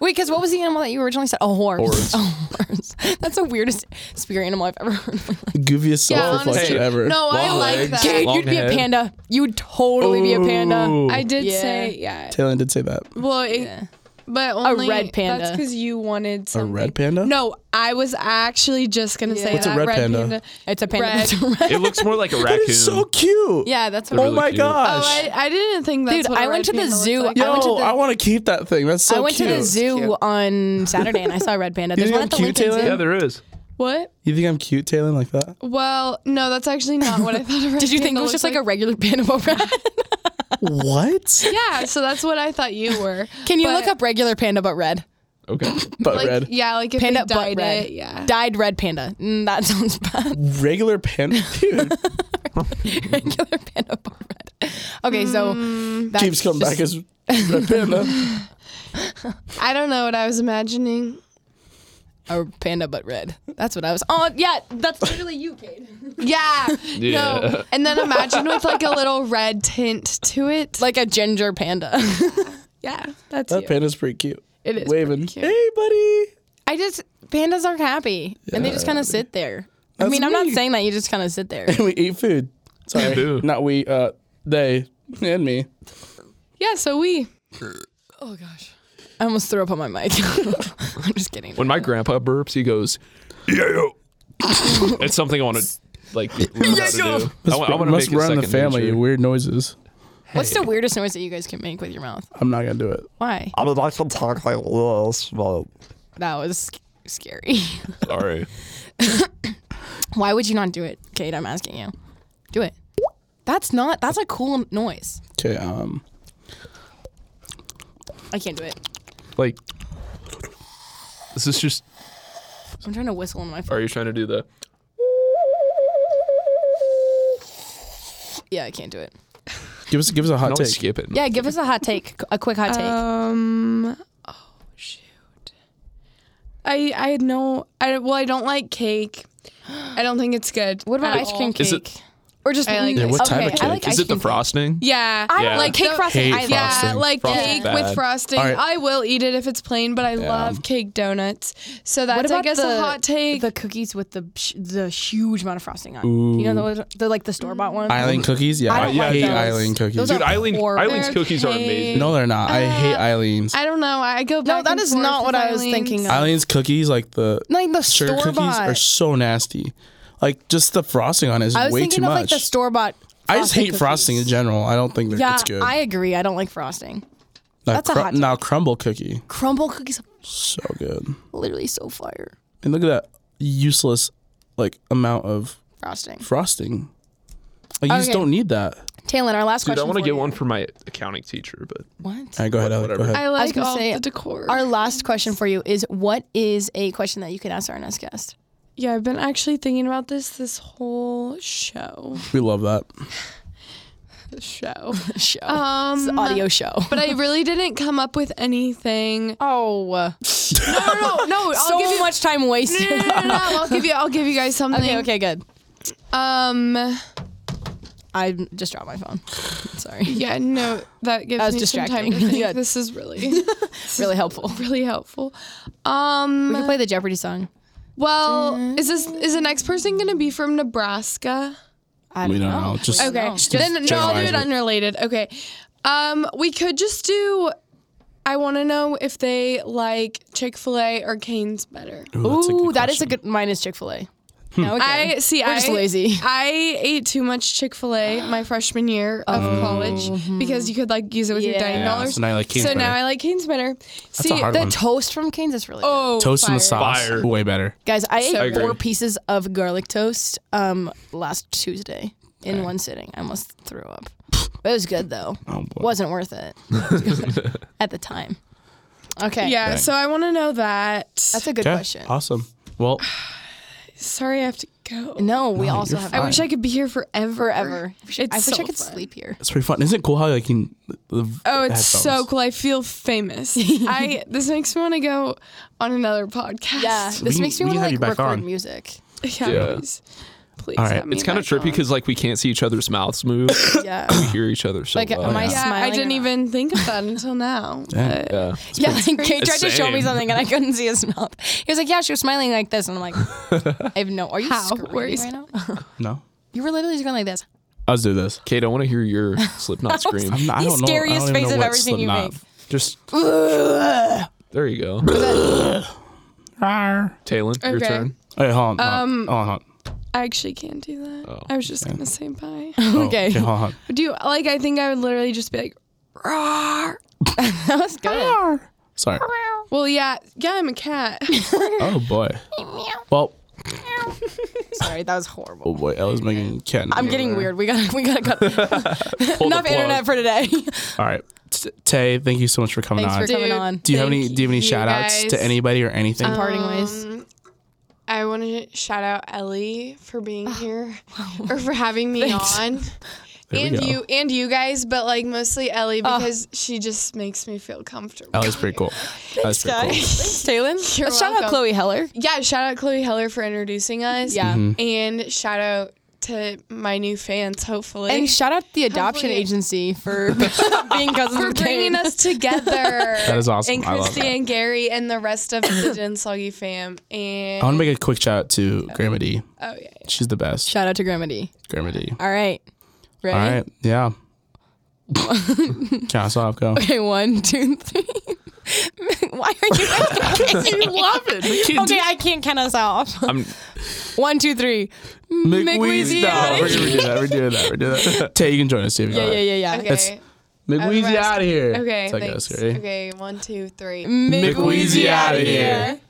Wait, because what was the animal that you originally said? A horse. Horse. A horse. That's the weirdest spirit animal I've ever heard. Goofiest Yeah, self-reflection honestly. ever. No, I Long like legs. that. Kate, Long you'd be a head. panda. You would totally be a panda. I did Yeah. say yeah. Taylor did say that. Mm-hmm. Well, it, but only red panda. That's because you wanted A something. red panda? No, I was actually just gonna say What's a that red panda? It's a panda. Red. It's a red- It looks more like a That raccoon. is so cute. Yeah, that's what Oh really my cute. Oh, gosh. I, I didn't think that's Dude, what a I went red to the panda looks zoo. Like. I Yo, I, went to the- want to keep that thing. That's so I went cute. to the zoo cute. on Saturday and I saw a red panda. There's one think I'm at the cute, Lincoln Taylor? Zoo. Yeah, there is. What? You think I'm cute, Taylor, like that? Well, no, that's actually not what I thought. A red Did you think it panda was just like looked a regular panda rat? what? Yeah, so that's what I thought you were. Can you But, look up regular panda but red? Okay. But like, red. Yeah, like if Panda they dyed but red. it. Yeah. Dyed red panda. Mm, that sounds bad. Mm-hmm. Regular panda. Dude, regular panda but red. Okay, so that keeps coming back as red panda. I don't know what I was imagining. a panda but red. That's what I was. Oh yeah, that's literally you, Kate. Yeah. Yeah. No. And then imagine with like a little red tint to it. Like a ginger panda. Yeah, that's That you. panda's pretty cute. It is waving. pretty cute. Hey, buddy. I just pandas are happy and they just kind of sit there. I That's mean, I'm not me. saying that you just kind of sit there. we eat food. Sorry, Boo. not we. Uh, they and me. Yeah, so we. oh gosh, I almost threw up on my mic. I'm just kidding. When my grandpa burps, he goes, "Yeah." it's something I want to like learn how to do. I, wa- I want to must make it run the second family. nature. Weird noises. What's the weirdest noise that you guys can make with your mouth? I'm not gonna do it. Why? I would like to talk like this, but That was sc- scary. Sorry. Why would you not do it, Kate? I'm asking you. Do it. That's not. That's a cool noise. Okay. Um. I can't do it. Like, this is just. I'm trying to whistle in my phone. Are you trying to do the? Yeah, I can't do it. Give us give us a hot No, take. skip it. Yeah, give us a hot take. A quick hot take. Um. Oh shoot. I I had no. I well, I don't like cake. I don't think it's good. what about at ice all. cream cake? Is it- or just I like Yeah, what type okay, of I cake? like Is ice it the cream cake. frosting? Yeah. I Yeah. don't like cake No- frosting. Hate I Yeah, frosting. like Frosting's cake bad. with frosting. All right. I will eat it if it's plain, but I love cake donuts. So that's I guess a hot take. The cookies with the sh- the huge amount of frosting on. Ooh. You know, they're, they're like the store bought ones. Island cookies. Yeah, I I, don't like hate those. Eileen cookies. Those Dude, are Eileen, horrible. Eileen's cookies are amazing. no, they're not. I hate Eileen's. I don't know. I go back. that and is forth not what with I was Eileen's. thinking of. Eileen's cookies, like the like the sugar store cookies, are bought. so nasty. Like just the frosting on it is I was way thinking too of much. like the store bought. I just hate frosting in general. I don't think that Yeah, it's good. I agree. I don't like frosting. Now, that's a cru- hot now crumble cookie, Crumble cookies are so good. literally so fire. And look at that useless like amount of Frosting. frosting. Like you just Okay. don't need that. Taylor, our last Dude, I question. want to for get you. one for my accounting teacher, but What? All right, go ahead, Alec. Go Whatever. ahead. I like gonna all say, the decor. Our last question for you is: What is a question that you could ask our next guest? yeah, I've been actually thinking about this this whole show. we love that. The show. Show. Um, it's an audio show. But I really didn't come up with anything. Oh, No, no, no. no, uh, I'll so give you. much time wasted. no, no, no, no, no, I'll give you. I'll give you guys something. okay, okay, good. Um. I just dropped my phone. Sorry. Yeah. No. That gives was me some time to distracting. think. Yeah. This is really, really helpful. really helpful. We Um. can play the Jeopardy song. Well, is this is the next person gonna be from Nebraska? I We don't know. Just Okay. just then no, I'll do generalize it unrelated. Okay. Um, we could just do. I want to know if they like Chick Fil A or Canes better. Ooh, that's a Ooh, good that is a question. good. Mine is Chick Fil A. No, okay. Hmm. I see. We're I just lazy. I ate too much Chick Fil A my freshman year of college because you could like use it with your Mm-hmm. Yeah. dining Yeah, dollars. Oh. so now you like Cane's So now better. I like Canes better. see a hard the one. toast from Canes is really good. oh toast in the fire. sauce. Fire. Way better. Guys, I So ate good. four pieces of garlic toast um last Tuesday in one sitting. I almost threw up. But it was good though. Oh, boy. Wasn't worth it at the time. Okay. Yeah. Dang. So I want to know that. That's a good Okay, question. Awesome. Well, Sorry, I have to go. No, we No, also you're have fine. I wish I could be here forever. forever. It's I wish so I could fun. sleep here. it's pretty fun. Isn't it cool how like you can the Oh, it's headphones? so cool. I feel famous. I this makes me want to go on another podcast. Yeah, this can- makes me we want can to have you like back record on. music. yeah, Yeah. please. Please. All right. have me it's kind of back trippy on. because like we can't see each other's mouths move. Yeah. we hear each other so Like, well. am I Yeah, I smiling or didn't not? even think of that until now. Dang. but- yeah. Yeah, like Kate tried to show me Same. something and I couldn't see his mouth. He was like, "Yeah, she was smiling like this," and I'm like, "I have no." Are you How? screaming Where is- right now? No, You were literally just going like this. I'll do this. Kate, I want to hear your Slipknot scream. I'm not, I The don't know. I scariest don't even face know of what everything you Slipknot- Just make. there you go. Rawr. Taylor, your Okay. turn. Hey, hold on. Um, hold on. Hold I actually can't do that. Oh. I was just gonna say bye. on. Oh, Okay. okay. Hold on. Do you like? I think I would literally just be like, Rawr. That was good. Sorry. well, yeah, yeah, I'm a cat. Oh boy. Well, Sorry, that was oh horrible. boy. Ella's making cat. I'm getting weird. We gotta we gotta cut Pull the enough plug. internet for today. All right, T- Tay. Thank you so much for coming Thanks on. for coming Dude. on. do you have thank any? Do you have any you shout outs guys. to anybody or anything? Parting ways. I want to shout out Ellie for being Oh, here or for having me on. we and go. you and you guys, but like mostly Ellie Oh. because she just makes me feel comfortable. Ella's pretty cool. That's pretty cool. Thanks, Taylor. You're Shout out welcome. Chloe Heller. Mm-hmm. Yeah, shout out Chloe Heller for introducing us. Yeah. And shout out to my new fans, hopefully. And shout out the adoption Hopefully- agency for being cousins for with Kate. bringing us together. That is awesome. And I love Christy that. and Gary and the rest of the Gin Soggy fam. And I want to make a quick shout out to Grandma D. oh yeah, yeah. She's the best. Shout out to Grandma D. Grandma D. All right. Ready? All right. Yeah. Count us off. Go. Okay, one, two, three. Why are you guys you love it? okay, I can't count us off. I'm One, two, three. McWeezy. No, we're McWeezy. doing that. We're doing that. We're doing that. Tay, you can join us too. if you Yeah, want. yeah, Uh, yeah, yeah. Okay. That's- McWeezy Everybody's- out of here. Okay. That's how it Thanks. goes, right? Okay. One, two, three. McWeezy McWeezy outta outta here.